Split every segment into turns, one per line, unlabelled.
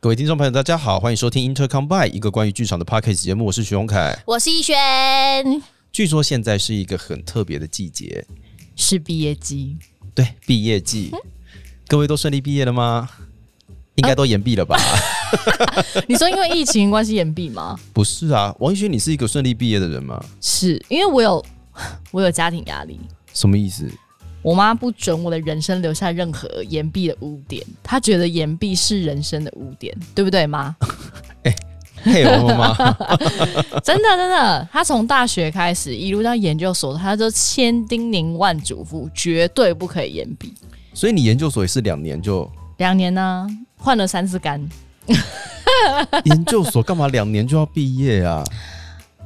各位听众朋友，大家好，欢迎收听 Intercom By 一个关于剧场的 Podcast 节目，我是徐荣凯。
我是逸轩，
据说现在是一个很特别的季节，
是毕业季，
对，毕业季，
嗯
各位都顺利毕业了吗？应该都延毕了吧？
啊你说因为疫情关系延毕 吗？
不是啊，王一轩，你是一个顺利毕业的人吗？
是因为我有我有家庭压力，
什么意思？
我妈不准我的人生留下任何延毕的污点，她觉得延毕是人生的污点，对不对 妈？
嘿，我妈 妈，
真的真的，她从大学开始一路到研究所，她都千叮咛万嘱咐，绝对不可以延毕。
所以你研究所也是两年就
两年呢、换了三次干。
研究所 干嘛？两年就要毕业啊？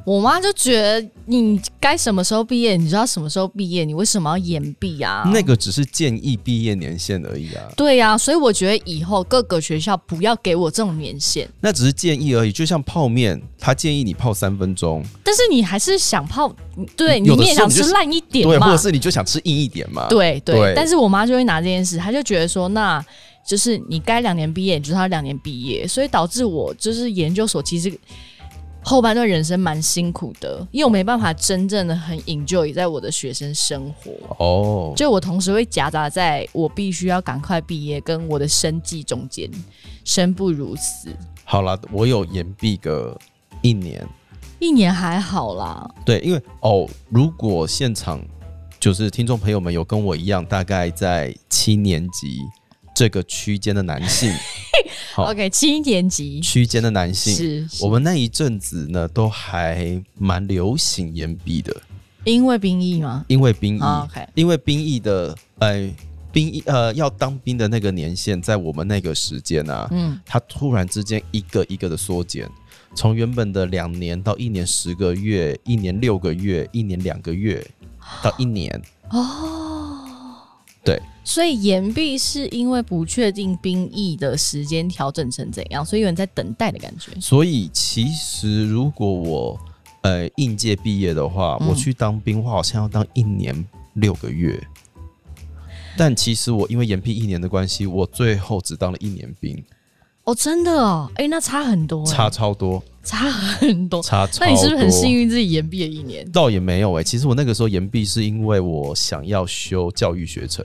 我妈就觉得你该什么时候毕业，你知道什么时候毕业，你为什么要延毕啊？
那个只是建议毕业年限而已啊，
对呀、所以我觉得以后各个学校不要给我这种年限。
那只是建议而已。就像泡面，他建议你泡三分钟，
但是你还是想泡，对你
有的
也
时候
想
你就
吃烂一点
对，或
嘛
者，是你就想吃硬一点嘛，
对对
对
但是我妈就会拿这件事，她就觉得说，那就是你该两年毕业，你就是要两年毕业，所以导致我就是研究所其实后半段人生蛮辛苦的，因为我没办法真正的很 enjoy 在我的学生生活。
哦，
就我同时会夹杂在我必须要赶快毕业跟我的生计中间，生不如死。
好啦，我有延毕个一年，
一年还好啦，
对，因为哦，如果现场就是听众朋友们有跟我一样，大概在七年级这个区间的男 性，好
OK，七年级
区间的男性，
是
我们那一阵子呢都还蛮流行延毕的，
因为兵役吗、
因为兵役，
啊 o k
因为兵役的呃兵役呃要当兵的那个年限，在我们那个时间啊，
嗯，
它突然之间一个一个的缩减，从原本的两年到一年十个月，一年六个月，一年两个 月，到一年。
哦，
对，
所以延毕是因为不确定兵役的时间调整成怎样，所以有人在等待的感觉。
所以其实如果我呃应届毕业的话，
嗯
我去当兵，我好像要当一年六个月。但其实我因为延毕一年的关系，我最后只当了一年兵，
哦，真的哦，哎、那差很多欸，
差超多，
差很多。
差超多。
那你是不是很幸？运自己延毕了一年？
倒也没有哎、其实我那个时候延毕是因为我想要修教育学程。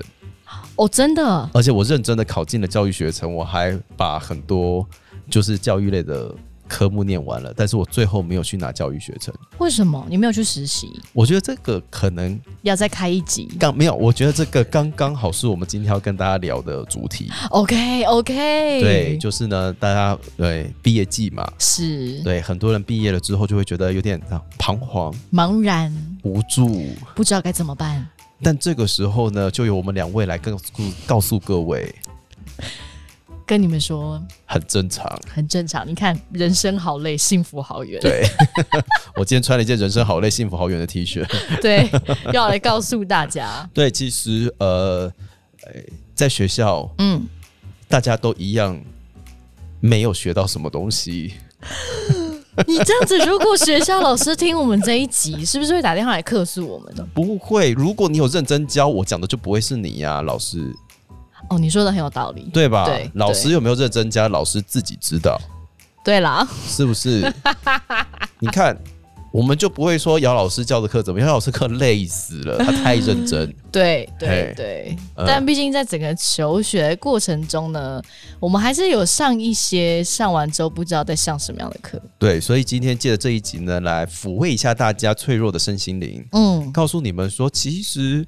哦，真的，
而且我认真的考进了教育学程，我还把很多就是教育类的科目念完了，但是我最后没有去拿教育学程。
为什么你没有去实习？
我觉得这个可能
要再开一集
刚没有，我觉得这个刚刚好是我们今天要跟大家聊的主题。
？OK OK，
对，就是呢，大家对毕业季嘛，
是
对很多人毕业了之后就会觉得有点啊彷徨
茫然，
无助，
不知道该怎么办。
但这个时候呢，就由我们两位来告诉告诉各位，
跟你们说，
很正常。
很正常。你看，人生好累，幸福好远。
对，我今天穿了一件人生好累、幸福好远的 T 恤。
对，要来告诉大家，
对，其实呃，哎在学校
嗯，
大家都一样，没有学到什么东西。
你这样子，如果学校老师听我们这一集，是不是会打电话来客诉我们？
不会，如果你有认真教，我讲的就不会是你呀、老师，
哦，你说的很有道理。
嗯对吧？
对
老师有没有认真教，老师自己知道，
对啦，
是不是？ 你看。我们就不会说姚老师教的课怎么样，姚老师课累死了，他太认 真。
对对
嘿
对，
嗯
但毕竟在整个求学过程中呢，我们还是有上一些上完之后不知道在上什么样的课。
对，所以今天借着这一集呢，来抚慰一下大家脆弱的身心灵，
嗯，
告诉你们说，其实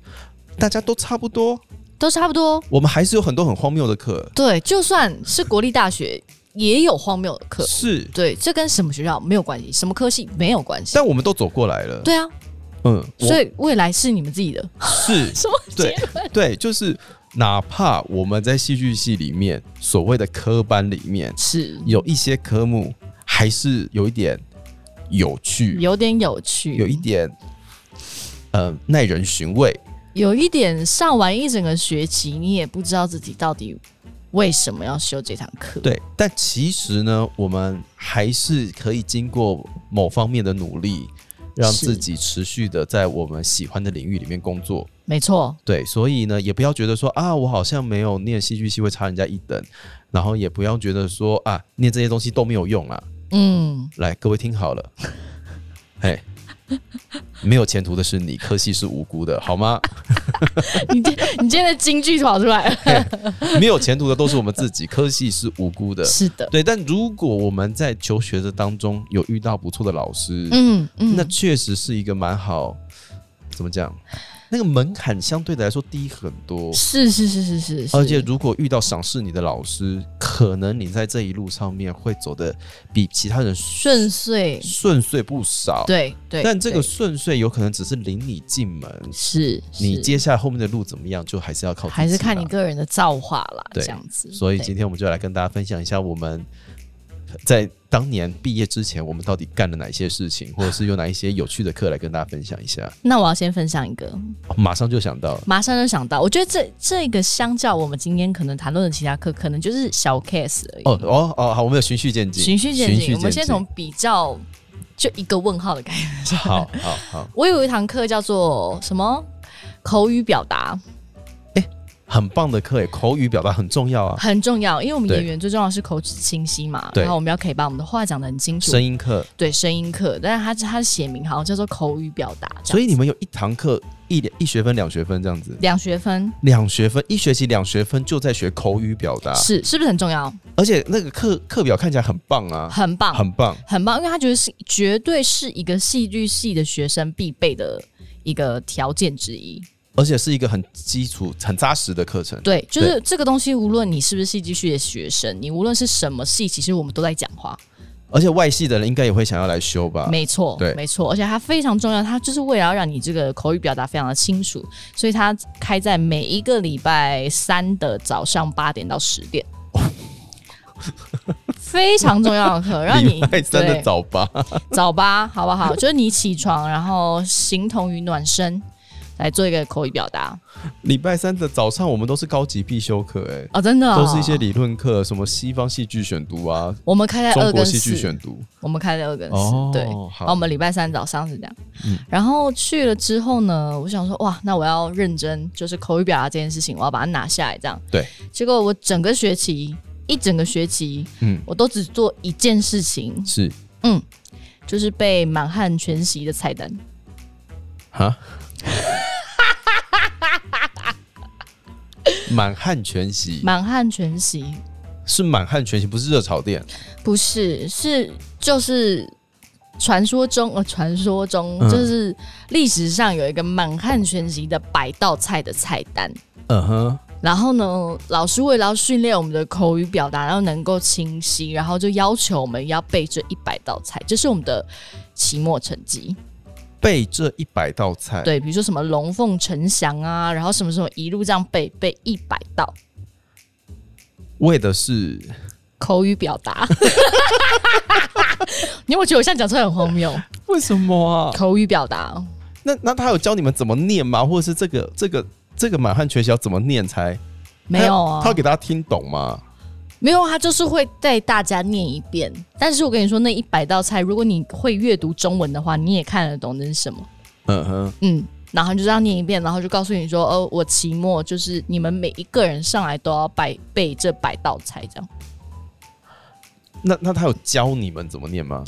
大家都差不多，
都差不多。
我们还是有很多很荒谬的课，
对，就算是国立大学，也有荒谬的课。
是，
对，这跟什么学校没有关系，什么科系没有关系。
但我们都走过来了。，
对啊，
嗯，我
所以未来是你们自己 的。
是，
什么
对
结论？
对，就是哪怕我们在戏剧系里面所谓的科班里面，
是
有一些科目还是有一点有趣，
有点有趣，
有一点呃耐人寻味。
有一点上完一整个学期，你也不知道自己到底为什么要修这堂课。
对，但其实呢，我们还是可以经过某方面的努力，让
是
自己持续的在我们喜欢的领域里面工作。
没错，
对，所以呢，也不要觉得说啊，我好像没有念戏剧系会差人家一等，然后也不要觉得说啊，念这些东西都没有用啊。
嗯，
来，各位听好了，嘿，没有前途的是你，科系是无辜的，好吗？
你今你今天的金句跑出来了，
没有前途的都是我们自己，科系是无辜的。
是的，
对，但如果我们在求学的当中有遇到不错的老师，
嗯嗯，
那确实是一个蛮好，怎么讲？那个门槛相对来说低很多，
是是是是是是，
而且如果遇到赏识你的老师，可能你在这一路上面会走的比其他人
顺遂，
顺遂不少。，
对对，
但这个
对
顺遂有可能只是领你进门，
是
你
是
接下来后面的路怎么样，就还是要靠自己
还是看
啦
你个人的造化啦，
对
这样子。
所以
对
今天我们就来跟大家分享一下我们在当年毕业之前，我们到底干了哪些事情，或者是有哪一些有趣的课来跟大家分享一下。
那我要先分享一个，
哦马上就想到了，
马上就想到，我觉得这这个相较我们今天可能谈论的其他课，可能就是小 case 而已。
哦哦哦，好，我们有循序渐进，
循序渐进，我们
渐
先从比较就一个问号的概念。
好好好，
我有一堂课叫做什么口语表达，
很棒的课诶，口语表达很重要啊，
很重要，因为我们
对
演员最重要的是口齿清晰嘛，
对
然后我们要可以把我们的话讲得很清楚，
声音课。
对声音课，但是它它写明好像叫做口语表达，这样
所以你们有一堂课一两一学分两学分这样子，
两学分
两学分一学期两学分就在学口语表达，
是是不是很重要？
而且那个课课表看起来很棒啊，
很棒，
很棒。
很棒，因为他觉得是绝对是一个戏剧系的学生必备的一个条件之一。
而且是一个很基础、很扎实的课程。
对，就是这个东西，无论你是不是戏剧系的学生，你无论是什么系，其实我们都在讲话。
而且外系的人应该也会想要来修吧？
没错
啊对，
没错，而且它非常重要，它就是为了要让你这个口语表达非常的清楚，所以它开在每一个礼拜三的早上八点到十点。
哦
非常重要的课，让
礼
你
拜三的
对
早八，
早吧，好不好？就是你起床，然后形同于暖身，来做一个口语表达
礼拜三的早上我们都是高级必修课、欸，
哦，真的、哦，
都是一些理论课，什么西方戏剧选读啊，
我们开在
中
二
国
跟
戏剧
四，
选读。
我们开在二跟四，
哦，
对。然后
好
我，们礼拜三早上是这样，
嗯
然后去了之后呢，我想说哇，那我要认真，就是口语表达这件事情，我要把它拿下来，这样。
对。
结果我整个学期，一整个学期，
嗯，
我都只做一件事情，
是
就是背满汉全席的菜单。
哈。满汉全席
满汉全席
是满汉全席，不是热炒店。
不是，是就是传说中呃，传说中、
嗯
就是历史上有一个满汉全席的百道菜的菜单。
嗯哼，
然后呢，老师为了要训练我们的口语表达，然后能够清晰，然后就要求我们要背这一百道菜，这是我们的期末成绩。
背这一百道菜，
对，比如说什么龙凤呈祥啊，然后什么什么一路这样背背一百道
为的是
口语表达。 你有没有觉得我现在讲出来很荒谬？
为什么啊？
口语表达，
那那他有教你们怎么念吗？或者是这个这个这个满汉全席要怎么念才
没有啊，
他要给大家听懂吗？
没有，他就是会带大家念一遍。但是我跟你说，那一百道菜，如果你会阅读中文的话，你也看得懂那是什么。
嗯哼，
嗯，然后你就这样念一遍，然后就告诉你说，哦，我期末就是你们每一个人上来都要背背这百道菜，这样。
那那他有教你们怎么念吗？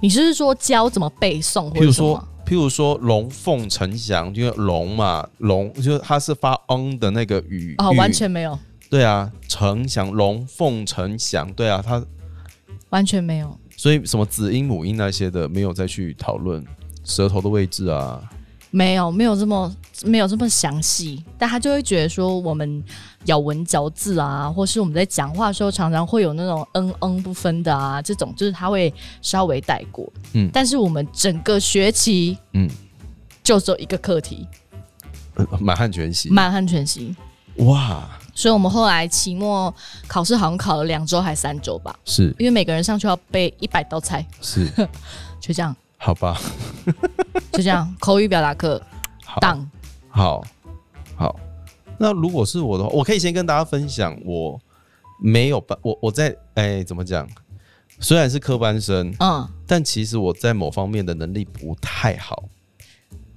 你是说教怎么背诵，或
譬
者
如
什
说
么？，
譬如说龙凤呈祥，因为龙嘛，龙就是它是发 n 的那个语
哦，
语
完全没有，
对啊，呈祥龙凤呈祥，对啊，它
完全没有。
所以什么子音母音那些的没有再去讨论舌头的位置啊，
没有，没有这么没有这么详细，但他就会觉得说我们咬文嚼字啊，或是我们在讲话的时候常常会有那种嗯嗯不分的啊，这种就是他会稍微带过。
嗯
但是我们整个学期
嗯，
就只有一个课题
呃满汉全席
——满汉全席，
哇，
所以我们后来期末考试好像考了两周还三周吧，
是
因为每个人上去要背一百道菜，
是，
就这样，
好吧，
就 这样，口语表达课
好。
当
好，好。那如果是我的话，我可以先跟大家分享，我没有办，我我在哎、怎么讲？虽然是科班生，
嗯
但其实我在某方面的能力不太好，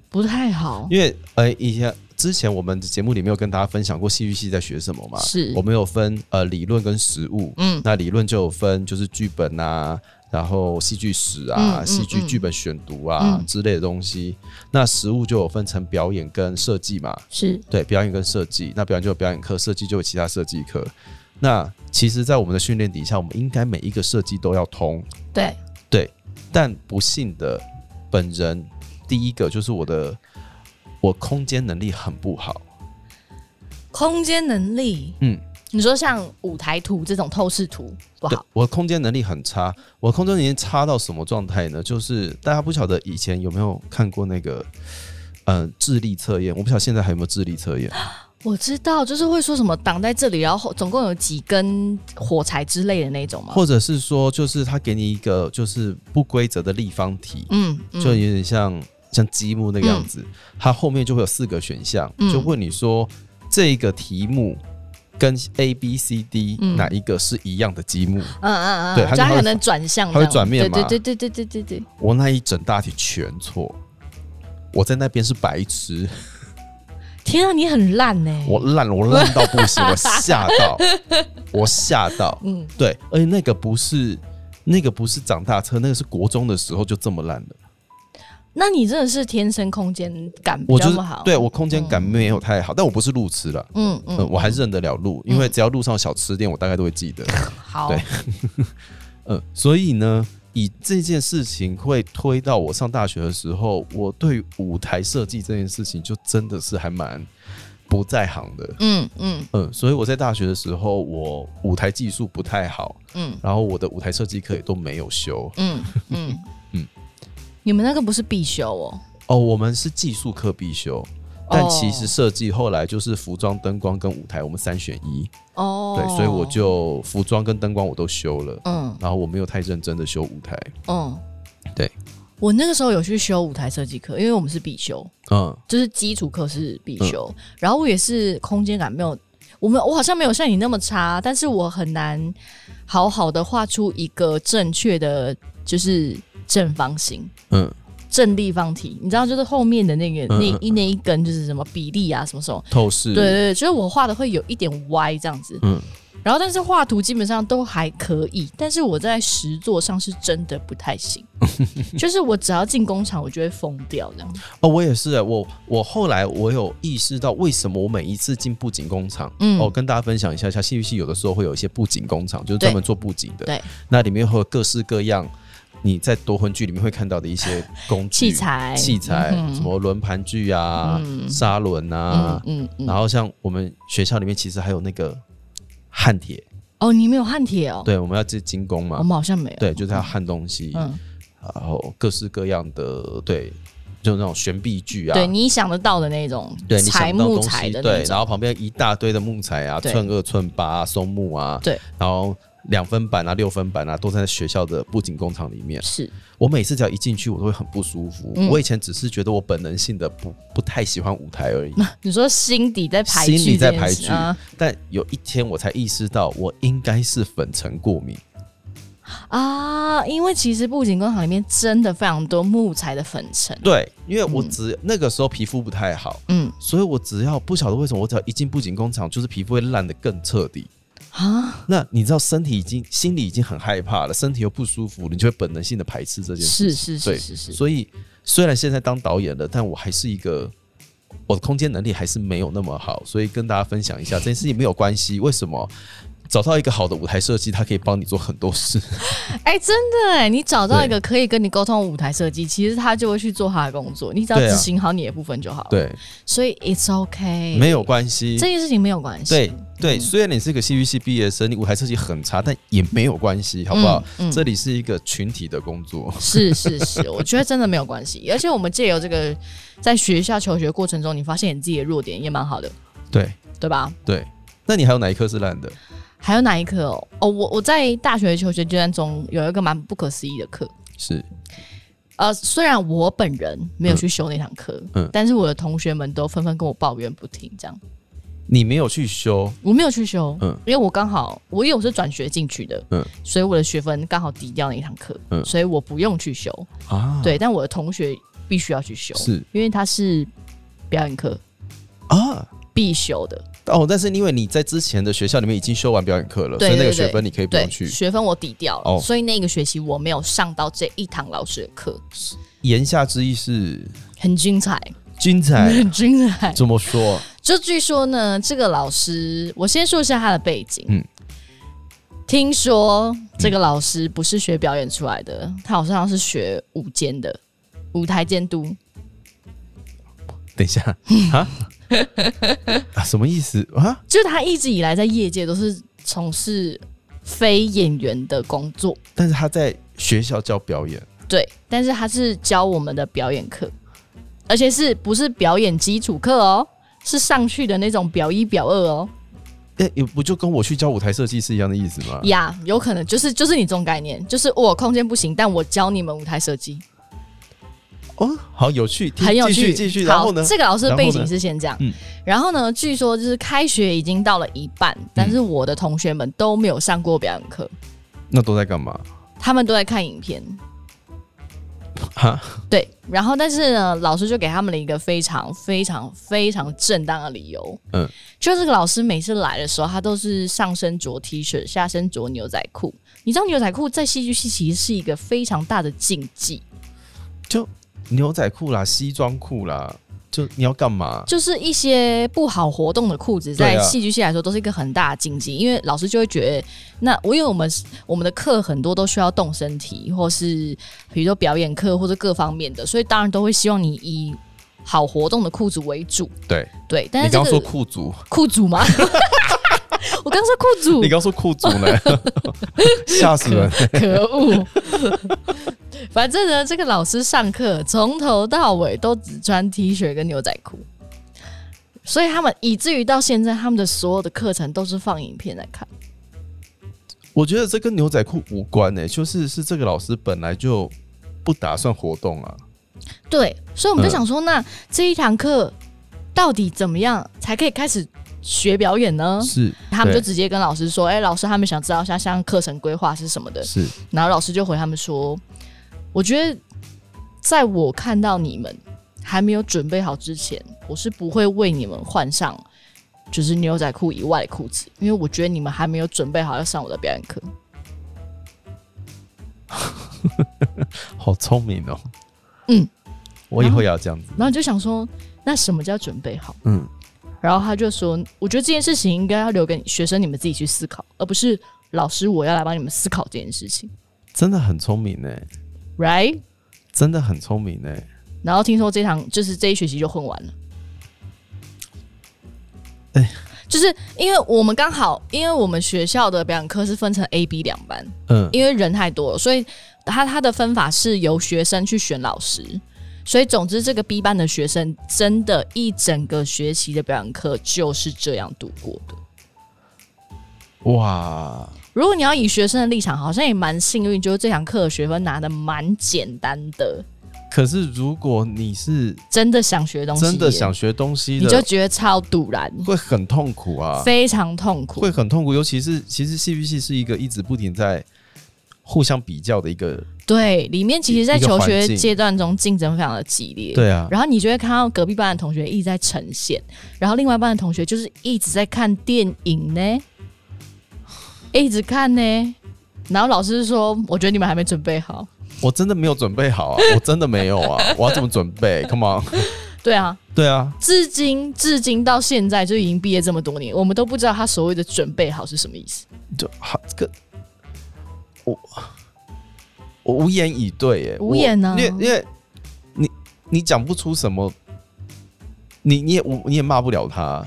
不太好，
因为呃以前之前我们的节目里面有跟大家分享过戏剧系在学什么嘛？
是
我们有分呃理论跟实务。
嗯
那理论就有分就是剧本啊，然后戏剧史啊、
嗯嗯
戏剧
嗯
剧本选读啊、
嗯
之类的东西。那实务就有分成表演跟设计嘛。
是
对，表演跟设计，那表演就有表演课，设计就有其他设计课。那其实，在我们的训练底下，我们应该每一个设计都要通，
对
但不幸的，本人第一个就是我的我空间能力很不好，
空间能力。
嗯，
你说像舞台图这种透视图不
对
好，
我的空间能力很差，我的空间能力差到什么状态呢？就是大家不晓得以前有没有看过那个。嗯，智力测验，我不晓得现在还有没有智力测验。
啊我知道，就是会说什么挡在这里，然后总共有几根火柴之类的那种嘛。
或者是说，就是他给你一个就是不规则的立方体，
嗯，嗯
就有点像像积木那个样子，它后面就会有四个选项，
嗯
就问你说这个题目跟 A、B、C、D
嗯
哪一个是一样的积木？
嗯嗯嗯，
对
嗯
它
就它
就会
可能转向这样，
它会转面嘛
对对对对对对对，
我那一整大题全错，我在那边是白痴，
天啊，你很烂呢、
我烂我烂到不 行，我吓到，我吓到，
嗯，
对，而且那个不是那个不是长大车，那个是国中的时候就这么烂的，
那你真的是天生空间感比
我就
较
是
不好。
对我空间感没有太好，但我不是路痴了。
嗯嗯
嗯，我还是认得了路，因为只要路上有小吃店，我大概都会记 得。
好，
对嗯，所以呢，以这件事情会推到我上大学的时候，我对于舞台设计这件事情就真的是还蛮不在行的。
嗯嗯
嗯，所以我在大学的时候，我舞台技术不太好，
嗯
然后我的舞台设计课也都没有修。
嗯嗯
嗯
嗯，你们那个不是必修哦？
哦，我们是技术课必修，但
哦
其实设计后来就是服装、灯光跟舞台，我们三选一。
哦，
对，所以我就服装跟灯光我都修了，
嗯
然后我没有太认真的修舞台。
嗯，
对，
我那个时候有去修舞台设计课，因为我们是必修，
嗯，
就是基础课是必修，然后我也是空间感没有，我们我好像没有像你那么差，但是我很难好好的画出一个正确的就是正方形。
嗯，
正立方体，你知道，就是后面的那个
嗯
那
嗯
一那一根就是什么比例啊，什么什么，
透视，
对对对，就是我画的会有一点歪这样子，
嗯
然后但是画图基本上都还可以，但是我在实作上是真的不太 行，就是我只要进工厂，我就会疯掉这样，
哦，我也是，我我后来我有意识到为什么我每一次进布景工厂，
嗯
哦，跟大家分享一下，像戏剧系有的时候会有一些布景工厂，就是专门做布景的，
对，
那里面会有各式各样。你在夺魂剧里面会看到的一些工具、
器、材
器材，
嗯
什么轮盘锯啊、
嗯
砂轮啊
嗯，嗯嗯，
然后像我们学校里面其实还有那个焊铁，
哦，你们有焊铁哦，
对，我们要这精工嘛
我，们好像没有，
对，就是要焊东西，
嗯，
然后各式各样的，对，就那种悬臂锯啊，
对你想得到的那种
对，你
材
想到
木
东
材
西，
的
对
那，种，
然后旁边一大堆的木材啊，
对
寸二、寸八、啊、松木啊，
对，
然后两分板啊、六分板啊，都在学校的布景工厂里面。
是
我每次只要一进去，我都会很不舒服。
嗯
我以前只是觉得我本能性的不不太喜欢舞台而已，
你说心底在排
心
剧，
里在排剧
啊
但有一天我才意识到，我应该是粉尘过敏。
啊，因为其实布景工厂里面真的非常多木材的粉尘，
对，因为我
嗯
只、那个时候皮肤不太好，
嗯
所以我只要不晓得为什么，我只要一进布景工厂，就是皮肤会烂得更彻底。
啊，
那你知道身体已经心里已经很害怕了，身体又不舒服，你就会本能性的排斥这件事。
是是
对
是是是，
所以虽然现在当导演了，但我还是一个我的空间能力还是没有那么好，所以跟大家分享一下这件事情没有关系。为什么？找到一个好的舞台设计，它可以帮你做很多事。
哎、真的哎，你找到
对
一个可以跟你沟通的舞台设计，其实他就会去做他的工作，你只要
对啊
执行好你的部分就好了。
对，
所以 it's okay，
没有关系。
这件事情没有关系。
对对，
嗯
虽然你是个戏剧系毕业生，你舞台设计很差，但也没有关系，好不好？
嗯嗯
这里是一个群体的工作。
是是是，我觉得真的没有关系。而且我们借由这个在学校求学过程中，你发现你自己的弱点也蛮好的，
对
对吧？
对，那你还有哪一科是烂的？
还有哪一科哦？哦，我我在大学求学阶段中有一个蛮不可思议的课，
是
呃，虽然我本人没有去修那堂课，
嗯
但是我的同学们都纷纷跟我抱怨不停，这样
你没有去修，
我没有去修，
嗯
因为我刚好我因为我是转学进去的，
嗯
所以我的学分刚好抵掉那一堂课，
嗯
所以我不用去修，
啊，
对，但我的同学必须要去修，
是
因为他是表演课，
啊、啊。
必修的，
哦，但是因为你在之前的学校里面已经修完表演课了，
对
所以那个
对对
学分你可以不
对
用，去。
学分我抵掉了，
哦
所以那个学期我没有上到这一堂老师的课，
言下之意是
很精彩，
精彩，
很精彩。
怎么说？
就据说呢，这个老师，我先说一下他的背景。
嗯
听说这个老师不是学表演出来的，他好像是学舞监的，舞台监督。
等一 下啊啊，什么意思啊？
就是他一直以来在业界都是从事非演员的工作，
但是他在学校教表演，
对，但是他是教我们的表演课，而且是不是表演基础课哦？是上去的那种表一表二哦，
哎、也不就跟我去教舞台设计是一样的意思吗？
呀、有可能就是就是你这种概念，就是我空间不行，但我教你们舞台设计，
哦，好有趣，听
很有
继续
趣。
继续。然
好，
后呢？
这个老师的
然后
背
呢
景是先这样。
嗯
然后呢，据说就是开学已经到了一半，
嗯
但是我的同学们都没有上过表演课，
那都在干嘛？
他们都在看影片。
哈，
对，然后但是呢，老师就给他们了一个非常非常非常正当的理由。
嗯
嗯，就这个老师每次来的时候，他都是上身着 T 恤，下身着牛仔裤。你知道牛仔裤在戏剧系其实是一个非常大的禁忌，
就牛仔裤啦，西装裤啦，就你要干嘛？
就是一些不好活动的裤
对
子，在
啊
戏剧系来说都是一个很大的禁忌，因为老师就会觉得，那我因为我们我们的课很多都需要动身体，或是比如说表演课或者各方面的，所以当然都会希望你以好活动的裤子为主。
对
对，但
你
是哎这
刚刚说
个
裤足，
裤组吗？ 我刚说裤组
你，刚刚说裤足 呢，吓死人！
可恶！ 反正呢，这个老师上课从头到尾都只穿 T 恤跟牛仔裤，所以他们以至于到现在，他们的所有的课程都是放影片来看。
我觉得这跟牛仔裤无关呢、就是是这个老师本来就不打算活动啊。
对，所以我们就
嗯
想说，那这一堂课到底怎么样才可以开始学表演呢？
是，
他们就
对
直接跟老师说：“哎、老师，他们想知道像像课程规划是什么的。”
是
然后老师就回他们说：“我觉得，在我看到你们还没有准备好之前，我是不会为你们换上就是牛仔裤以外的裤子，因为我觉得你们还没有准备好要上我的表演课。
好聪明哦。
嗯，
我以后也要这样子”。
然后就想说：“那什么叫准备好
嗯，？”
然后他就说：“我觉得这件事情应该要留给学生你们自己去思考，而不是老师我要来帮你们思考这件事情
真的很聪明呢、
，right？”
真的很聪明呢、
然后听说这堂就是这一学期就混完了。
哎
就是因为我们刚好，因为我们学校的表演课是分成 A、B 两班，
嗯，
因为人太多了，所以他他的分法是由学生去选老师。所以，总之，这个 B 班的学生真的一整个学期的表演课就是这样度过的。
哇，
如果你要以学生的立场，好像也蛮幸运，就是这堂课的学分拿的蛮简单的，
可是如果你是
真的想学东西耶，
真的想学东西
你就
的，
觉得超堵然。
会很痛苦啊，
非常痛苦
会。很痛苦。尤其是其实戏剧系是一个一直不停在互相比较的一个，
对，里面其实，在
一个
求
环
学
境
阶段中竞争非常的激烈。。
对啊，
然后你就会看到隔壁班的同学一直在呈现，然后另外班的同学就是一直在看电影呢，一直看呢。然后老师说：“我觉得你们还没准备好。
我真的没有准备好 啊，我真的没有啊，我要怎么准备？Come on，”
对啊，
对啊，
至今至今到现在就已经毕业这么多年，我们都不知道他所谓的准备好是什么意思。
就好这个，我我无言以对耶，
无言啊
我因为因为你你讲不出什么，你你也我你也骂不了他，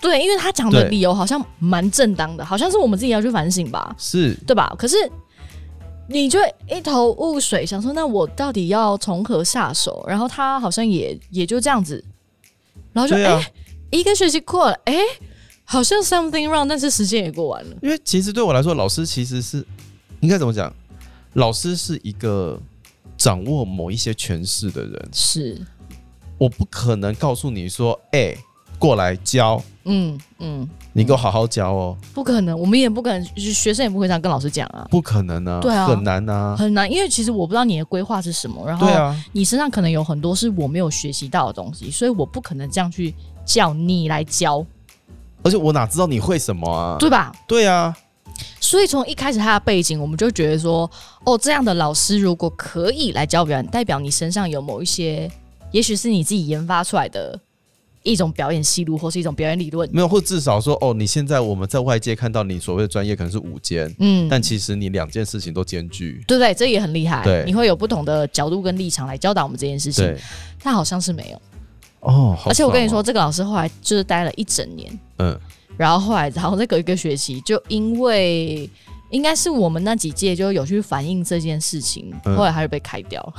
对，因为他讲的
对
理由好像蛮正当的，好像是我们自己要去反省吧。
是
对吧？可是你就会一头雾水，想说那我到底要从何下手？然后他好像也也就这样子，然后就哎、
对啊。
一个学期过了，哎、好像 something wrong，但是时间也过完了。
因为其实对我来说，老师其实是应该怎么讲？老师是一个掌握某一些权势的人，
是
我不可能告诉你说，哎、过来教，
嗯嗯，
你给我好好教哦，
不可能，我们也不可能，学生也不会这样跟老师讲啊，
不可能啊，
对啊
很难啊，
很难，因为其实我不知道你的规划是什么，然后
对啊，
你身上可能有很多是我没有学习到的东西，所以我不可能这样去叫你来教，
而且我哪知道你会什么啊？
对吧？
对啊，
所以从一开始他的背景，我们就觉得说，哦，这样的老师如果可以来教表演，代表你身上有某一些，也许是你自己研发出来的一种表演戏路，或是一种表演理论。
没有，或至少说哦，你现在我们在外界看到你所谓的专业可能是五间，
嗯，
但其实你两件事情都兼具。
对不对？这也很厉害，
对
你会有不同的角度跟立场来教导我们这件事情。
对，
他好像是没有，
哦，好
而且我跟你
爽
说，
哦，
这个老师后来就是待了一整年，
嗯，
然后后来，然后再隔一个学期，就因为应该是我们那几届就有去反映这件事情，
嗯
后来他就被开掉了，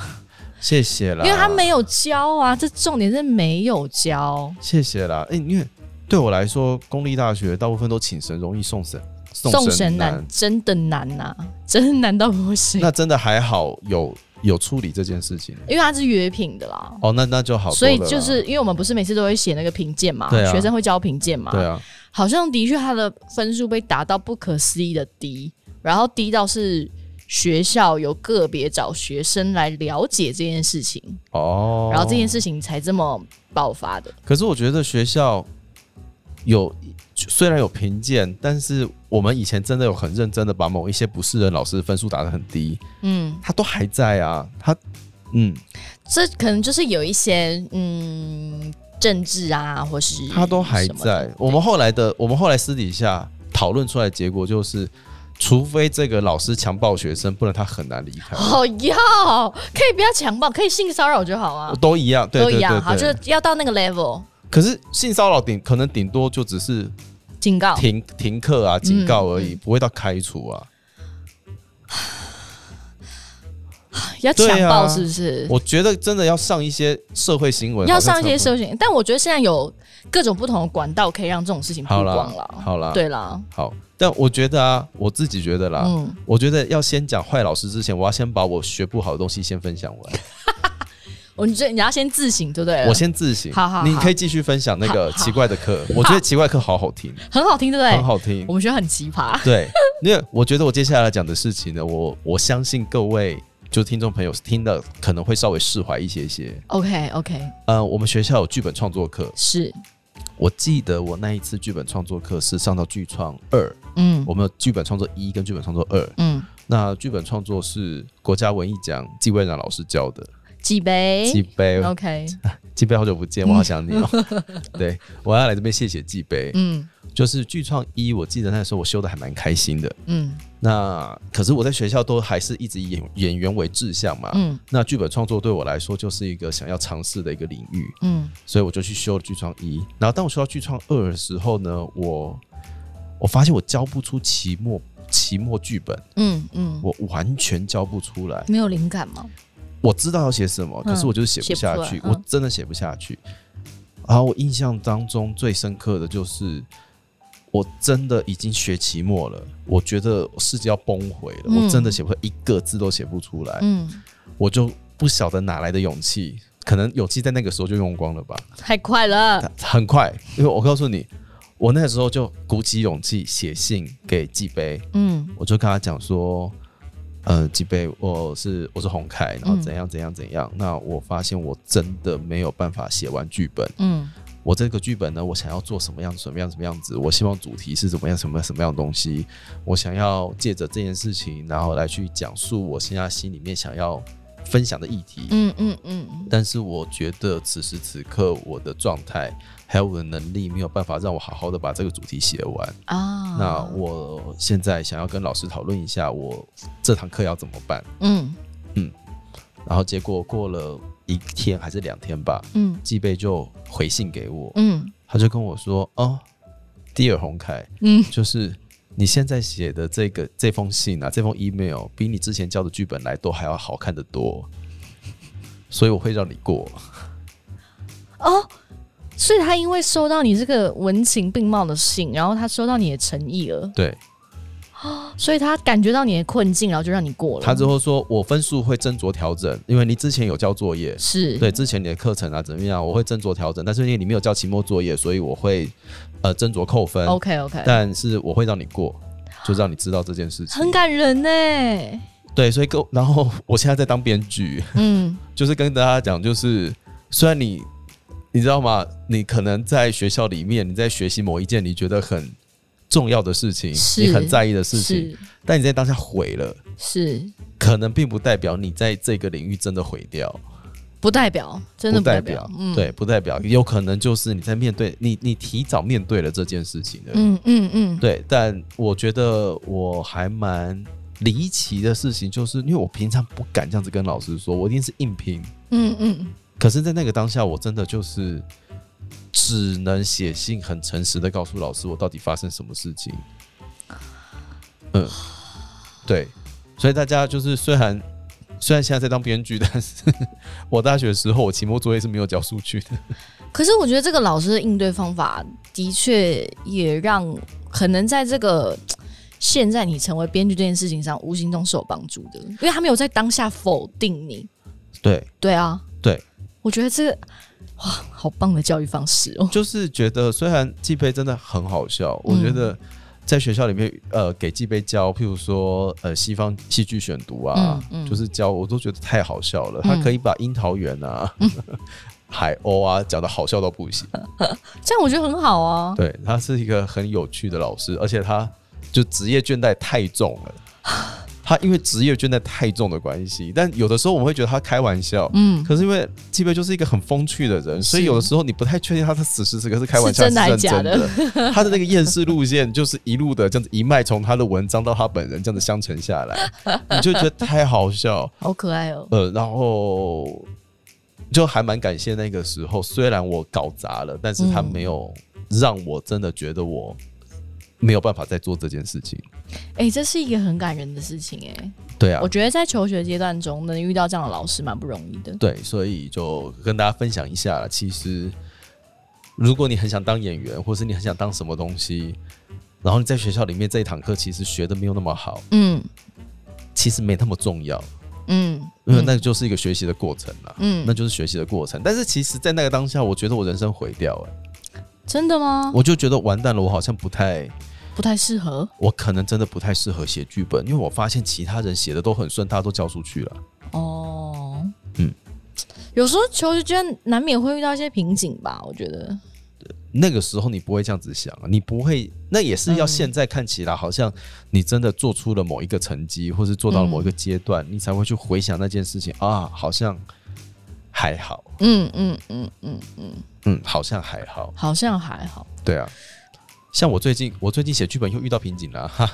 谢谢啦，
因为他没有教啊，这重点是没有教，
谢谢啦。哎、因为对我来说，公立大学大部分都请神容易送神，送
送
神
神难真的难呐、 真难到不行，
那真的还好有有处理这件事情。
因为他是约品的啦。
哦，那那就好多
所
了啦，
以就是因为我们不是每次都会写那个评鉴嘛，
对啊
学生会交评鉴嘛，
对啊，
好像的确他的分数被打到不可思议的低，然后低到是学校有个别找学生来了解这件事情，
哦。
然后这件，事情才这么爆发的。
可是我觉得学校有虽然有评鉴，但是我们以前真的有很认真的把某一些不是人老师的分数打得很低，
嗯，
他都还在啊，他嗯，
这可能就是有一些嗯政治啊，或是
他都还
什么
在
的。
我们后来的，我们后来私底下讨论出来的结果就是，除非这个老师强暴学生，不然他很难离 开。
好要哦可以不要强暴，可以性骚扰就好啊，
都一哦样，对
都
对
一样，好，
对
就
对。
是要到那个 level
可是性骚扰顶可能顶多就只是
警告。
停停课啊、警告而已，
哦嗯
不会到开除啊。
要强
对啊
暴是不是？
我觉得真的要上一些社会新闻，
要
好像
上一些
差不多
社群，但我觉得现在有各种不同的管道可以让这种事情曝
好
光
啦，
了。
好啦，
对啦，
好。但我觉得啊，我自己觉得啦，
嗯，
我觉得要先讲坏老师之前，我要先把我学不好的东西先分享完，
我哦你这你要先自省，对不对了？
我先自省。
好好好
你可以继续分享那个
好好
奇怪的课，我觉得奇怪课好好听，
很好听，对不对？
很好听
我。们学校很奇葩，
对，因为我觉得我接下来讲的事情呢，我我相信各位就听众朋友听的可能会稍微释怀一些些。
OK OK，
呃，我们学校有剧本创作课，
是，
我记得我那一次剧本创作课是上到剧创二，
嗯
我们有剧本创作一跟剧本创作二。
嗯，
那剧本创作是国家文艺奖纪委长老师教的，
几杯
纪杯，
OK，
纪杯好久不见，我好想你 哦。对，我要来这边谢谢纪杯。
嗯
就是剧创一，我记得那时候我修的还蛮开心的。
嗯
那可是我在学校都还是一直以演演员为志向嘛。
嗯
那剧本创作对我来说就是一个想要尝试的一个领域，
嗯
所以我就去修了剧创一。然后当我修到剧创二的时候呢，我我发现我教不出期末期末剧本，
嗯嗯，
我完全教不出来。
没有灵感吗？
我知道要写什么，
嗯
可是我就是写不下去，
写不出来嗯
我真的写不下去。然后我印象当中最深刻的就是，我真的已经学期末了，我觉得世界要崩毁了，
嗯
我真的写不一个字都写不出来，
嗯，
我就不晓得哪来的勇气，可能勇气在那个时候就用光了吧，
太快了，
很快，因为我告诉你，我那时候就鼓起勇气写信给纪杯，
嗯
我就跟他讲说，呃，几杯，我是我是洪凯，然后怎样怎样怎样。那我发现我真的没有办法写完剧本，
嗯
我这个剧本呢，我想要做什么样什么样什么样子，我希望主题是怎么样什么样什么样的东西，我想要借着这件事情，然后来去讲述我现在心里面想要分享的议题。
嗯嗯嗯
但是我觉得此时此刻我的状态还有我的能力没有办法让我好好的把这个主题写完。
啊，
那我现在想要跟老师讨论一下，我这堂课要怎么办。
嗯
然后结果过了一天还是两天吧，
嗯
季贝就回信给我，
嗯
他就跟我说：“哦，Dear 洪凯，
嗯
就是你现在写的这个这封信啊，这封 email 比你之前交的剧本来都还要好看的多，所以我会让你过。
哦。所以他因为收到你这个文情并茂的信，然后他收到你的诚意了，
对，
所以他感觉到你的困境，然后就让你过了。
他之后说我分数会斟酌调整，因为你之前有交作业，
是
对之前你的课程啊怎么样，我会斟酌调整。但是因为你没有交期末作业，所以我会呃斟酌扣分。
OK OK，
但是我会让你过，就让你知道这件事情
很。感人呢、
对，所以跟然后 我现在在当编剧，
嗯，
就是跟大家讲，就是虽然你你知道吗？你可能在学校里面你在学习某一件你觉得很重要的事情，
是
你很在意的事情，
是
但你在当下毁了，
是，
可能并不代表你在这个领域真的毁掉。
不代表真的
不代表，
嗯，
对，不代表，有可能就是你在面对你，你提早面对了这件事情的，
嗯嗯嗯，
对。但我觉得我还蛮离奇的事情，就是因为我平常不敢这样子跟老师说，我一定是硬拼。
嗯嗯，
可是，在那个当下，我真的就是只能写信，很诚实的告诉老师，我到底发生什么事情。嗯，对，所以大家就是虽然虽然现在在当编剧，但是 我大学的时候，我期末作业是没有交出去的。
可是我觉得这个老师的应对方法的确也让可能在这个现在你成为编剧这件事情上，无形中是有帮助的，因为他没有在当下否定你。
对，
对啊，
对，
我觉得这个哇，好棒的教育方式哦。
就是觉得虽然季杯真的很好笑，我觉
嗯
得在学校里面，呃，给季杯教，譬如说呃西方戏剧选读啊，
嗯嗯
就是教，我都觉得太好笑了。
嗯
他可以把樱桃园 啊、海鸥啊讲的好笑到不行。
这样我觉得很好啊。
对，他是一个很有趣的老师，而且他就职业倦怠太重 了。他因为职业倦怠太重的关系，但有的时候我们会觉得他开玩笑，
嗯，
可是因为基贝就是一个很风趣的人，所以
是
有的时候你不太确定他是此时此刻是开玩笑
是真的
还
还
是
是
认真的。他的那个厌世路线就是一路的这样子一脉从他的文章到他本人这样子相承下来，你就觉得太好笑。
好可爱哦。
呃，然后就还蛮感谢那个时候，虽然我搞砸了，但是他
嗯
没有让我真的觉得我没有办法再做这件事情。
哎、这是一个很感人的事情哎、
对啊
我，觉得在求学阶段中能遇到这样的老师蛮不容易的。
对，所以就跟大家分享一下啦，其实如果你很想当演员，或是你很想当什么东西，然后你在学校里面这一堂课其实学的没有那么好，
嗯
其实没那么重要，
嗯，
因为那个就是一个学习的过程啦。
嗯
那就是学习的过程，但是其实，在那个当下，我觉得我人生毁掉了、
真的吗？
我就觉得完蛋了，我好像不太，
不太适合
我可能真的不太适合写剧本，因为我发现其他人写的都很顺，大家都交出去了。
哦。
嗯，
有时候求学阶段难免会遇到一些瓶颈吧，我觉得。
那个时候你不会这样子想啊，你不会，那也是要现在看起来好像你真的做出了某一个成绩，或是做到了某一个阶段，
嗯
你才会去回想那件事情啊，好像还好，
嗯嗯嗯嗯嗯，
嗯，好像还好，
好像还好，
对啊。像我最近，我最近写剧本又遇到瓶颈了，哈，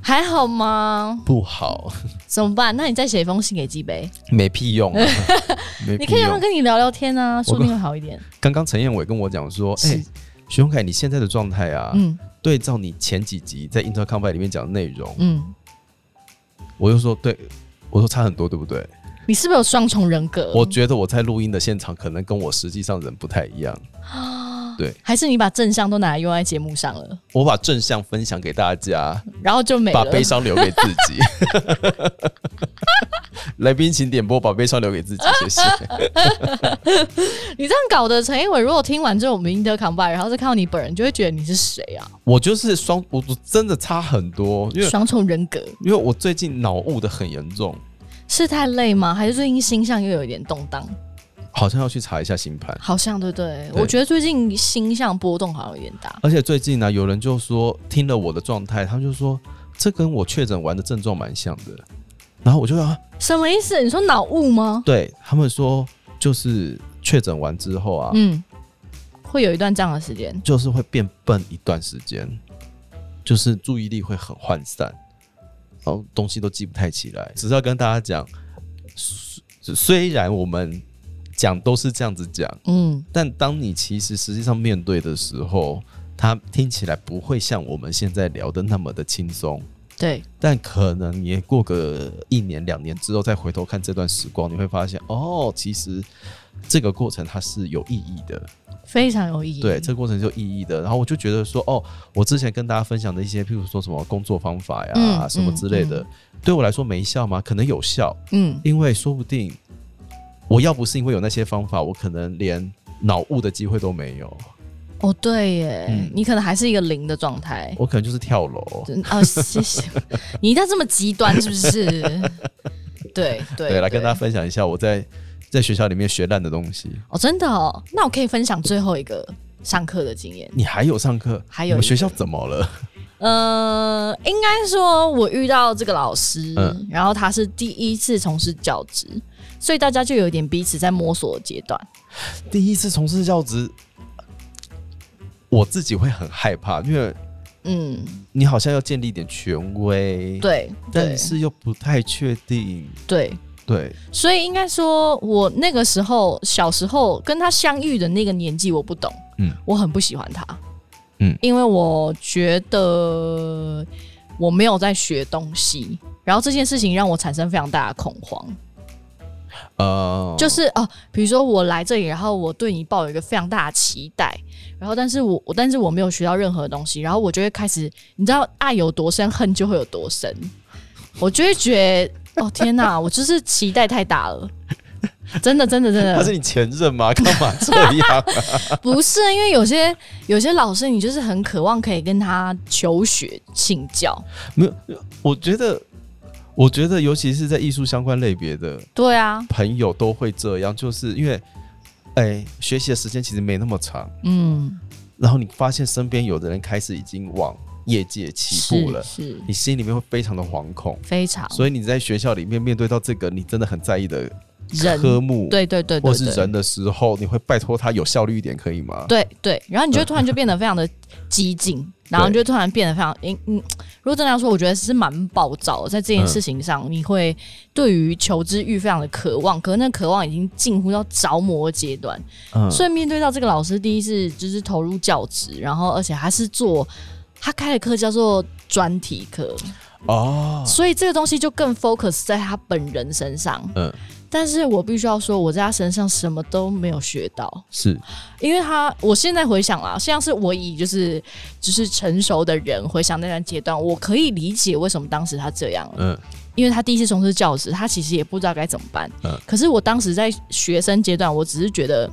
还好吗？
不好，
怎么办？那你再写一封信给季北，
没屁用、 啊，没
你
屁
可以让他
用。
跟你聊聊天啊，说
我
不定会好一点。
刚刚陈彦伟跟我讲说，哎、
是
徐宏凯，你现在的状态啊，
嗯
对照你前几集在 Inter c o m b a t 里面讲的内容，
嗯，
我就说对，我说差很多，对不对？
你是不是有双重人格？
我觉得我在录音的现场可能跟我实际上人不太一样。对，
还是你把正向都拿来用在节目上了，
我把正向分享给大家，
然后就没
把
了。
悲伤留给自己。来宾请点播，把悲伤留给自己，谢 谢。
你这样搞的，陈一伟如果听完之后我们 Inter Combine，然后再看到你本人，就会觉得你是谁啊？
我就是双，我我真的差很多，因为
双重人格
因为我最近脑雾的很严重，
是太累吗？还是最近星象又有一点动荡？
好像要去查一下星盘。
好像对不对？
对
我觉得最近星象波动好像有点大。
而且最近呢、有人就说听了我的状态，他就说这跟我确诊完的症状蛮像的。然后我就啊，
什么意思？你说脑雾吗？
对他们说就是确诊完之后啊，
嗯，会有一段这样的时间。
就是会变笨一段时间，啊就是注意力会很涣散，然后东西都记不太起来。只是要跟大家讲，虽虽然我们讲都是这样子讲，
嗯，
但当你其实实际上面对的时候，它听起来不会像我们现在聊的那么的轻松。
对，
但可能你过个一年两年之后再回头看这段时光，你会发现哦，其实这个过程它是有意义的。
非常有意义。
对，这个过程是有意义的。然后我就觉得说，哦，我之前跟大家分享的一些，譬如说什么工作方法呀、
嗯
什么
嗯
之类的，
嗯
对我来说没效吗？可能有效，
嗯，
因为说不定我要不是因为有那些方法，我可能连脑悟的机会都没有，
哦，对耶，
嗯
你可能还是一个零的状态。
我可能就是跳楼。
真 啊，谢谢。你一定要这么极端是不是？对对
对，来跟大家分享一下我在在学校里面学烂的东西。
哦，真的哦。那我可以分享最后一个上课的经验。
你还有上课？
还有
你们
一
学
个
校怎么 了？
呃，应该说，我遇到这个老师，
嗯
然后他是第一次从事教职，所以大家就有点彼此在摸索的阶段。
第一次从事教职，我自己会很害怕，因为
嗯，
你好像要建立一点权威，，
对，对
但是又不太确定，
对，
对，
所以应该说，我那个时候小时候跟他相遇的那个年纪，我不懂，
嗯
我很不喜欢他，
嗯
因为我觉得我没有在学东西，然后这件事情让我产生非常大的恐慌，
呃，
就是哦、比如说我来这里，然后我对你抱有一个非常大的期待，然后但是我我但是我没有学到任何东西，然后我就会开始，你知道爱有多深，恨就会有多深，我就会觉得哦天 哪，我就是期待太大了。真的，真的，真的，
他是你前任吗？ 干嘛这 样？
不是，因为有些有些老师，你就是很渴望可以跟他求学请教。
没有，我觉得，我觉得，尤其是在艺术相关类别的
对啊，
朋友都会这样，就是因为，哎、学习的时间其实没那么长，
嗯，
然后你发现身边有的人开始已经往业界起步了，
是是
你心里面会非常的惶恐。
非常
所以你在学校里面面对到这个你真的很在意的
人，
科目，
对对对对
或是
对
人的时候，你会拜托他有效率一点，可以吗？
对对，然后你就突然就变得非常的激进，然后你就突然变得非常，嗯嗯，如果真的要说，我觉得是蛮暴躁的，在这件
嗯
事情上，你会对于求知欲非常的渴望，可是那渴望已经近乎到着魔阶段。
嗯
所以面对到这个老师，第一次就是投入教职，然后而且他是做他开的课叫做专题课，
哦，
所以这个东西就更 focus 在他本人身上。
嗯，
但是我必须要说，我在他身上什么都没有学到，
是
因为他我现在回想啦，像是我以就是就是成熟的人回想那段阶段，我可以理解为什么当时他这样了
嗯
因为他第一次从事教职，他其实也不知道该怎么办。
嗯
可是我当时在学生阶段，我只是觉得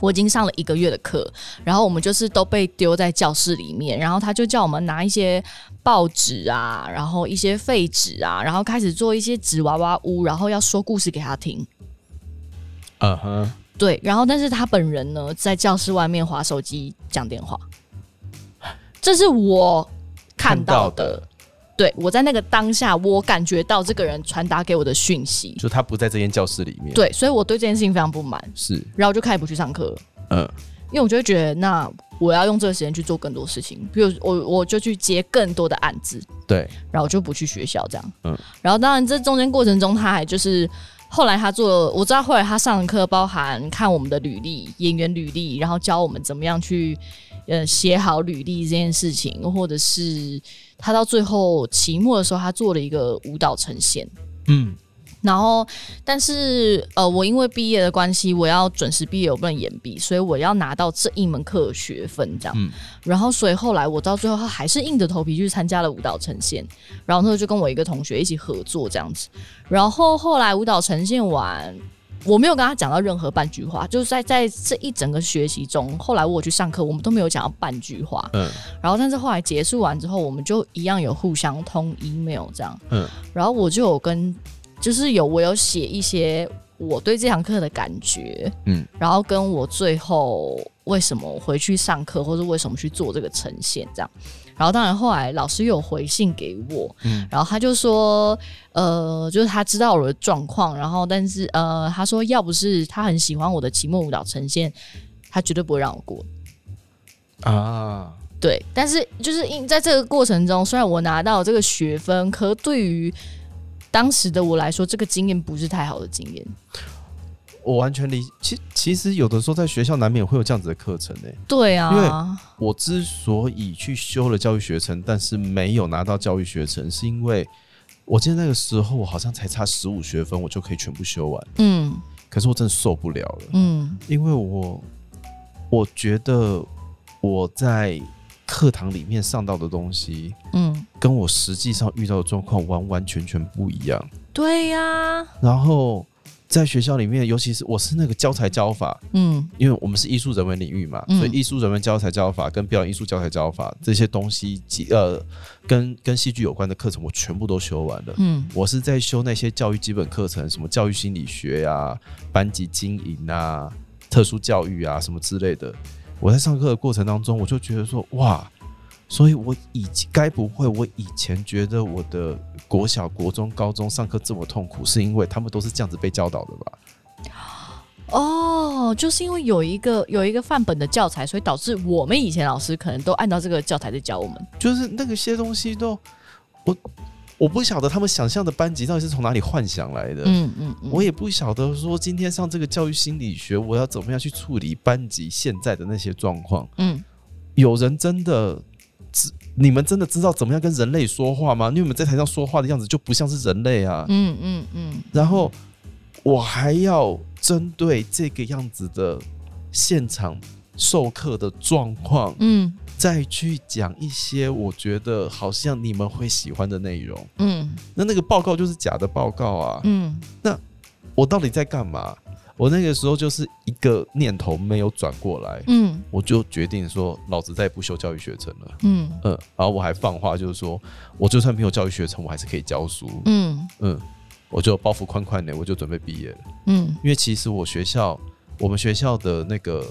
我已经上了一个月的课，然后我们就是都被丢在教室里面，然后他就叫我们拿一些报纸啊，然后一些废纸啊，然后开始做一些纸娃娃屋，然后要说故事给他听。
嗯哼，
对，然后但是他本人呢，在教室外面划手机讲电话，这是我看到的。对我在那个当下，我感觉到这个人传达给我的讯息，
就他不在这间教室里面，，
对，所以我对这件事情非常不满，
是
然后我就开始不去上课了，
嗯
因为我就会觉得，那我要用这个时间去做更多事情，比如我我就去接更多的案子，
对，
然后我就不去学校这样。
嗯
嗯，然后当然这中间过程中，他还就是呃后来他做，我知道后来他上的课包含看我们的履历、演员履历，然后教我们怎么样去呃写好履历这件事情，或者是他到最后期末的时候，他做了一个舞蹈呈现。
嗯
然后，但是呃，我因为毕业的关系，我要准时毕业，我不能延毕，所以我要拿到这一门课的学分，这样。
嗯
然后，所以后来我到最后还是硬着头皮去参加了舞蹈呈现，然后那时候就跟我一个同学一起合作这样子。然后后来舞蹈呈现完，我没有跟他讲到任何半句话，就是在在这一整个学习中，后来我有去上课，我们都没有讲到半句话。
嗯
然后但是后来结束完之后，我们就一样有互相通 email 这样，
嗯
嗯，然后我就有跟，就是有我有写一些我对这堂课的感觉，
嗯
嗯，然后跟我最后为什么回去上课，或者为什么去做这个呈现这样。然后当然后来老师又有回信给我，
嗯
然后他就说，呃，就是他知道我的状况，然后但是呃，他说要不是他很喜欢我的期末舞蹈呈现，他绝对不会让我过。
啊，
对，但是就是因在这个过程中，虽然我拿到这个学分，可对于当时的我来说，这个经验不是太好的经验。
我完全理，其其实有的时候在学校难免会有这样子的课程诶、
对啊，
因为我之所以去修了教育学程，但是没有拿到教育学程，是因为我记得那个时候我好像才差十五学分，我就可以全部修完。
嗯
可是我真的受不了了，
嗯
因为我我觉得我在课堂里面上到的东西，
嗯，
跟我实际上遇到的状况完完全全不一样。
对呀、
然后在学校里面，尤其是我是那个教材教法，
嗯
因为我们是艺术人文领域嘛，
嗯
所以艺术人文教材教法跟表演艺术教材教法这些东西，及呃，跟跟戏剧有关的课程，我全部都修完了。
嗯
我是在修那些教育基本课程，什么教育心理学呀、班级经营啊、特殊教育啊什么之类的。我在上课的过程当中，我就觉得说，哇，所以我以前该不会我以前觉得我的国小、国中、高中上课这么痛苦，是因为他们都是这样子被教导的吧？
哦，就是因为有一个有一个范本的教材，所以导致我们以前老师可能都按照这个教材在教我们。
就是那个些东西都，我我不晓得他们想象的班级到底是从哪里幻想来的。
嗯嗯嗯，
我也不晓得说今天上这个教育心理学，我要怎么样去处理班级现在的那些状况。
嗯
有人真的知，你们真的知道怎么样跟人类说话吗？因为你们在台上说话的样子就不像是人类啊。
嗯嗯嗯，
然后我还要针对这个样子的现场授课的状况，
嗯
再去讲一些我觉得好像你们会喜欢的内容。
嗯
那那个报告就是假的报告啊！
嗯
我到底在干嘛？我那个时候就是一个念头没有转过来，
嗯
我就决定说，老子再也不修教育学程了。
嗯
嗯，然后我还放话，就是说我就算没有教育学程，我还是可以教书。
嗯
嗯，我就包袱宽宽的，我就准备毕业了。
嗯
因为其实我学校，我们学校的那个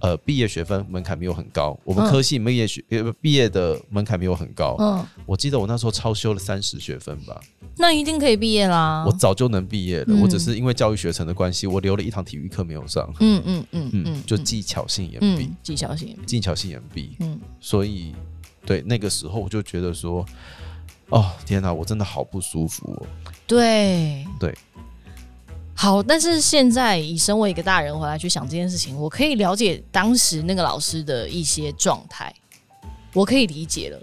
呃毕业学分门槛没有很高，我们
嗯
科系毕业学呃毕业的门槛没有很高。
嗯，
我记得我那时候超修了三十学分吧，
那一定可以毕业啦。
我早就能毕业了。
啊嗯
我只是因为教育学程的关系，我留了一堂体育课没有上。
嗯嗯嗯
嗯，就技巧性延毕，
嗯技巧性，
技巧性延毕。
嗯
所以对那个时候我就觉得说，哦天哪、我真的好不舒服、哦。
对
对。
好，但是现在以身为一个大人回来去想这件事情，我可以了解当时那个老师的一些状态，我可以理解了。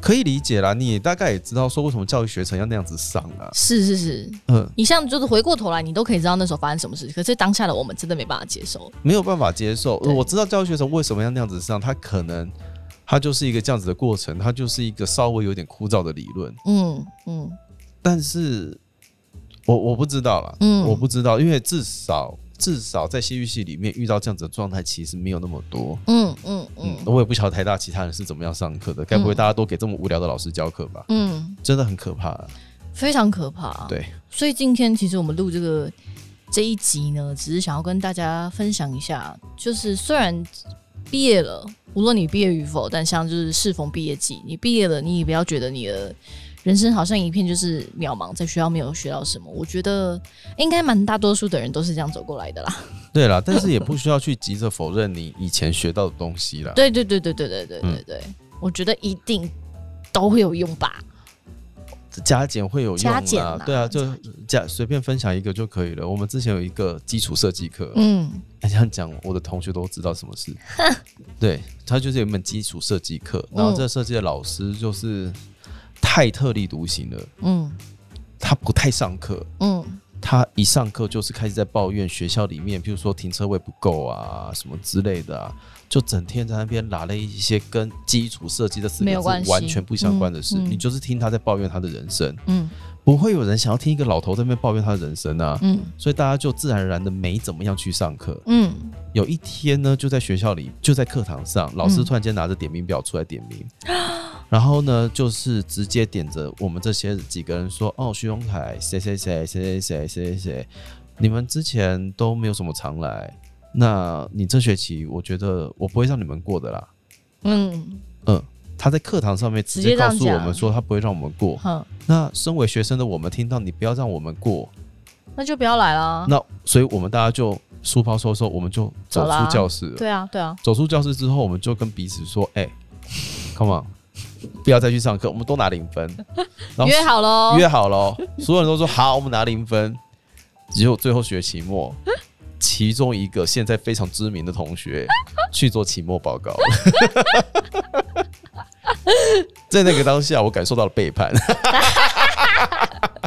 可以理解啦，你也大概也知道说为什么教育学程要那样子上啊。
是是是，
嗯，
你像就是回过头来，你都可以知道那时候发生什么事，可是当下的我们真的没办法接受。
没有办法接受。
对
我知道教育学程为什么要那样子上，它可能它就是一个这样子的过程，它就是一个稍微有点枯燥的理论。
嗯嗯
但是我我不知道啦，
嗯
我不知道，因为至少至少在戏剧系里面遇到这样子的状态其实没有那么多。
嗯嗯
嗯
嗯，
我也不晓得台大其他人是怎么样上课的，该不会
嗯
大家都给这么无聊的老师教课吧？
嗯，
真的很可怕、啊。
非常可怕、对
对，
所以今天其实我们录这个这一集呢，只是想要跟大家分享一下，就是虽然毕业了，无论你毕业与否，但像就是适逢毕业季，你毕业了，你也不要觉得你的人生好像一片就是渺茫，在学校没有学到什么。我觉得应该蛮大多数的人都是这样走过来的啦。
对啦，但是也不需要去急着否认你以前学到的东西啦。
对对对对对对对对对，我觉得一定都会有用吧。
加减会有用
加减
啦
啦，
对啊，就加随便分享一个就可以了。我们之前有一个基础设计课，
嗯
哎这样讲我的同学都知道什么事。对，他就是有一门基础设计课，然
嗯
后这个设计的老师就是太特立独行了，
嗯
他不太上课，
嗯
他一上课就是开始在抱怨学校里面，譬如说停车位不够啊，什么之类的、啊，就整天在那边拉了一些跟基础设计的四
没
个
有关
字
系
完全不相关的事，
嗯嗯
你就是听他在抱怨他的人生，
嗯
不会有人想要听一个老头在那边抱怨他的人生啊，
嗯
所以大家就自然而然的没怎么样去上课。
嗯，
有一天呢，就在学校里，就在课堂上，老师
嗯
突然间拿着点名表出来点 名，然后呢，就是直接点着我们这些几个人说：“哦，徐荣凯，谁谁谁谁谁谁谁谁谁，你们之前都没有什么常来，那你这学期我觉得我不会让你们过的啦。
嗯，”
他在课堂上面直接
直接这
告
样
诉我
讲
们说他不会让我们过。
好，
那身为学生的我们听到你不要让我们过，
那就不要来啦。
那所以我们大家就书包收收，我们就走
嗯走啦
出教室了。
对啊，对啊，
走出教室之后，我们就跟彼此说：“哎、c o m e on，不 要再去上课，我们都拿零 分。”然后
约好喽，
约好了哦，所有人都说好，我们拿零分。只有最后学期末，其中一个现在非常知名的同 学去做期末报告， 在那个当下，我感受到了背叛。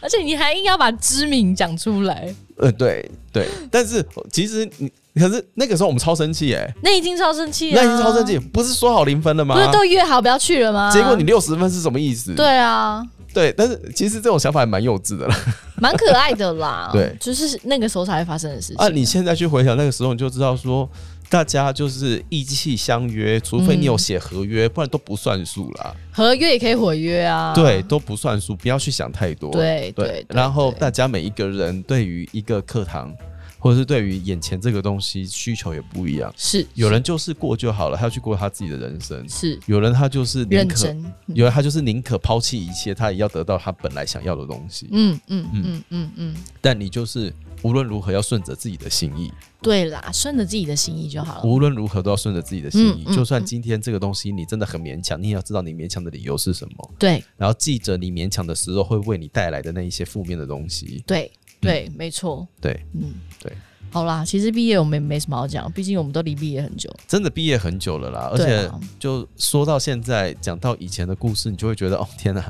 而且你还硬要把知名讲出来，
呃，对对，但是其实你可是那个时候我们超生气哎、
那已经超生气了，
那已经超生气，，不是说好零分了吗
啊不？是都约好不要去了吗？
结果你六十分是什么意思？
对啊，
对，但是其实这种想法还蛮幼稚的啦。，
蛮可爱的啦
对
就是那个时候才会发生的事情。
啊，你现在去回想那个时候，你就知道说，大家就是意气相约，除非你有写合约，不然都不算数啦。
合约也可以毁约啊，
对，都不算数，不要去想太多。
对对对
然后
对
大家每一个人对于一个课堂，或者是对于眼前这个东西需求也不一样。
是
有人就是过就好了，他要去过他自己的人生；
是
有人他就是宁
认
可，
真，
有人他就是宁可抛弃一切，他也要得到他本来想要的东西。
嗯嗯嗯嗯嗯，
但你就是无论如何要顺着自己的心意，
对啦，顺着自己的心意就好了。
无论如何都要顺着自己的心意。
嗯嗯
就算今天这个东西你真的很勉强，你也要知道你勉强的理由是什么，
对
然后记着你勉强的时候会为你带来的那一些负面的东西。
对对，没错，
对，
嗯，
嗯对。
好啦，其实毕业我们也没什么好讲，毕竟我们都离毕业很久。
真的毕业很久了啦，而
对
且
啊
就说到现在，讲到以前的故事，你就会觉得哦天哪、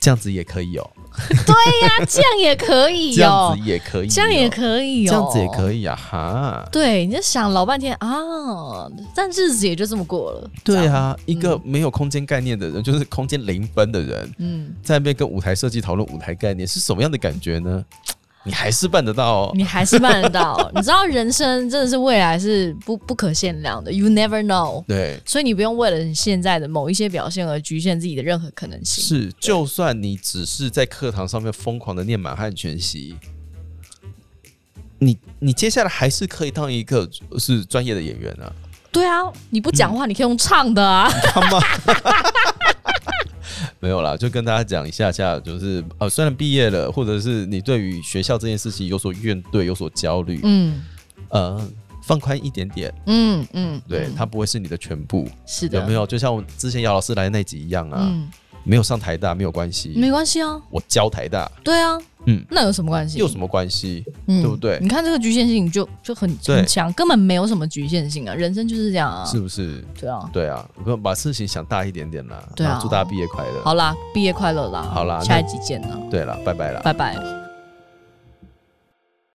这样子也可以哦，
那这样也可以
这样
哦
子，也可以、
这样也可
以
以哦，
这样子也可以啊，哈，
对，你就想老半天啊，但日子也就这么过了。
对
这样，
啊，一个没有空间概念的人，就是空间零分的人，
嗯，
在那边跟舞台设计讨论舞台概念是什么样的感觉呢？你还是办得到哦。
你还是办得 到。你知道人生真的是未来是不不可限量的，You never know。
对，
所以你不用为了你现在的某一些表现而局限自己的任何可能性。
是，就算你只是在课堂上面疯狂的念满汉全席，你你接下来还是可以当一个是专业的演员啊。
对啊，你不
嗯
讲话，你可以用唱 的啊。
他妈！没有啦，就跟大家讲一下下，就是呃，虽然毕业了，或者是你对于学校这件事情有所怨怼、有所焦虑，
嗯
呃，放宽一点点，
嗯嗯，
对，
嗯
它不会是你的全部，
是的，
有没有？就像我之前姚老师来的那集一样啊，
嗯，
没有上台大没有关系，
没关系啊，
我教台大
对啊，
嗯
嗯，那有什么关系？
有什么关系？
嗯
对不对
你看这个局限性就就很
对
很强，根本没有什么局限性啊，人生就是这样啊。
是不是？
对啊，
对啊，我们把事情想大一点点啦。
对啊
那祝大家毕业快乐。
好啦，毕业快乐啦！
好啦
下一集见啦，啊
对了，拜拜啦。
拜拜。